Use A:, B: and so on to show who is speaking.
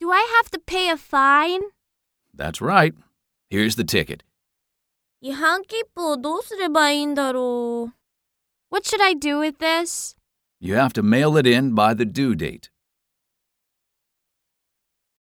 A: Do I have to pay a fine?
B: That's right. Here's the ticket.
A: 이 한끼뿌 노스를 바인다로. What should I do with this?
B: You have to mail it in by the due date.